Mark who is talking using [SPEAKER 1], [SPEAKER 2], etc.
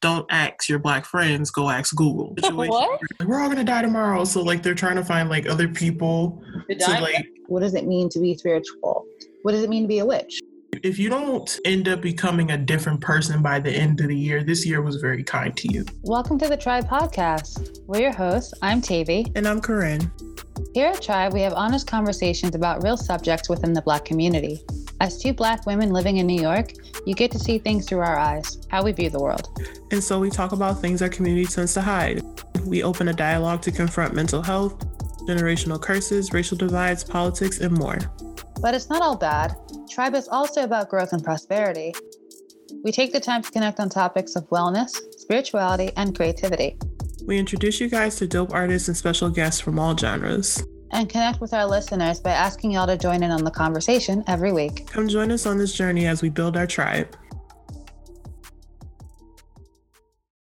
[SPEAKER 1] don't ask your black friends, go ask Google.
[SPEAKER 2] What?
[SPEAKER 1] We're all gonna die tomorrow. So like they're trying to find like other people
[SPEAKER 2] The
[SPEAKER 1] to
[SPEAKER 2] diamond?
[SPEAKER 1] like
[SPEAKER 3] What does it mean to be spiritual? What does it mean to be a witch?
[SPEAKER 1] if you don't end up becoming a different person by the end of the year, this year was very kind to you.
[SPEAKER 2] Welcome to the Tribe Podcast. We're your hosts. I'm Tavy.
[SPEAKER 4] And I'm Corinne.
[SPEAKER 2] Here at Tribe, we have honest conversations about real subjects within the Black community. As two Black women living in New York, you get to see things through our eyes, how we view the world.
[SPEAKER 4] And so we talk about things our community tends to hide. We open a dialogue to confront mental health, generational curses, racial divides, politics, and more.
[SPEAKER 2] But it's not all bad. Tribe is also about growth and prosperity. We take the time to connect on topics of wellness, spirituality, and creativity,
[SPEAKER 4] We introduce you guys to dope artists and special guests from all genres.
[SPEAKER 2] and connect with our listeners by asking y'all to join in on the conversation every week.
[SPEAKER 4] Come join us on this journey as we build our tribe.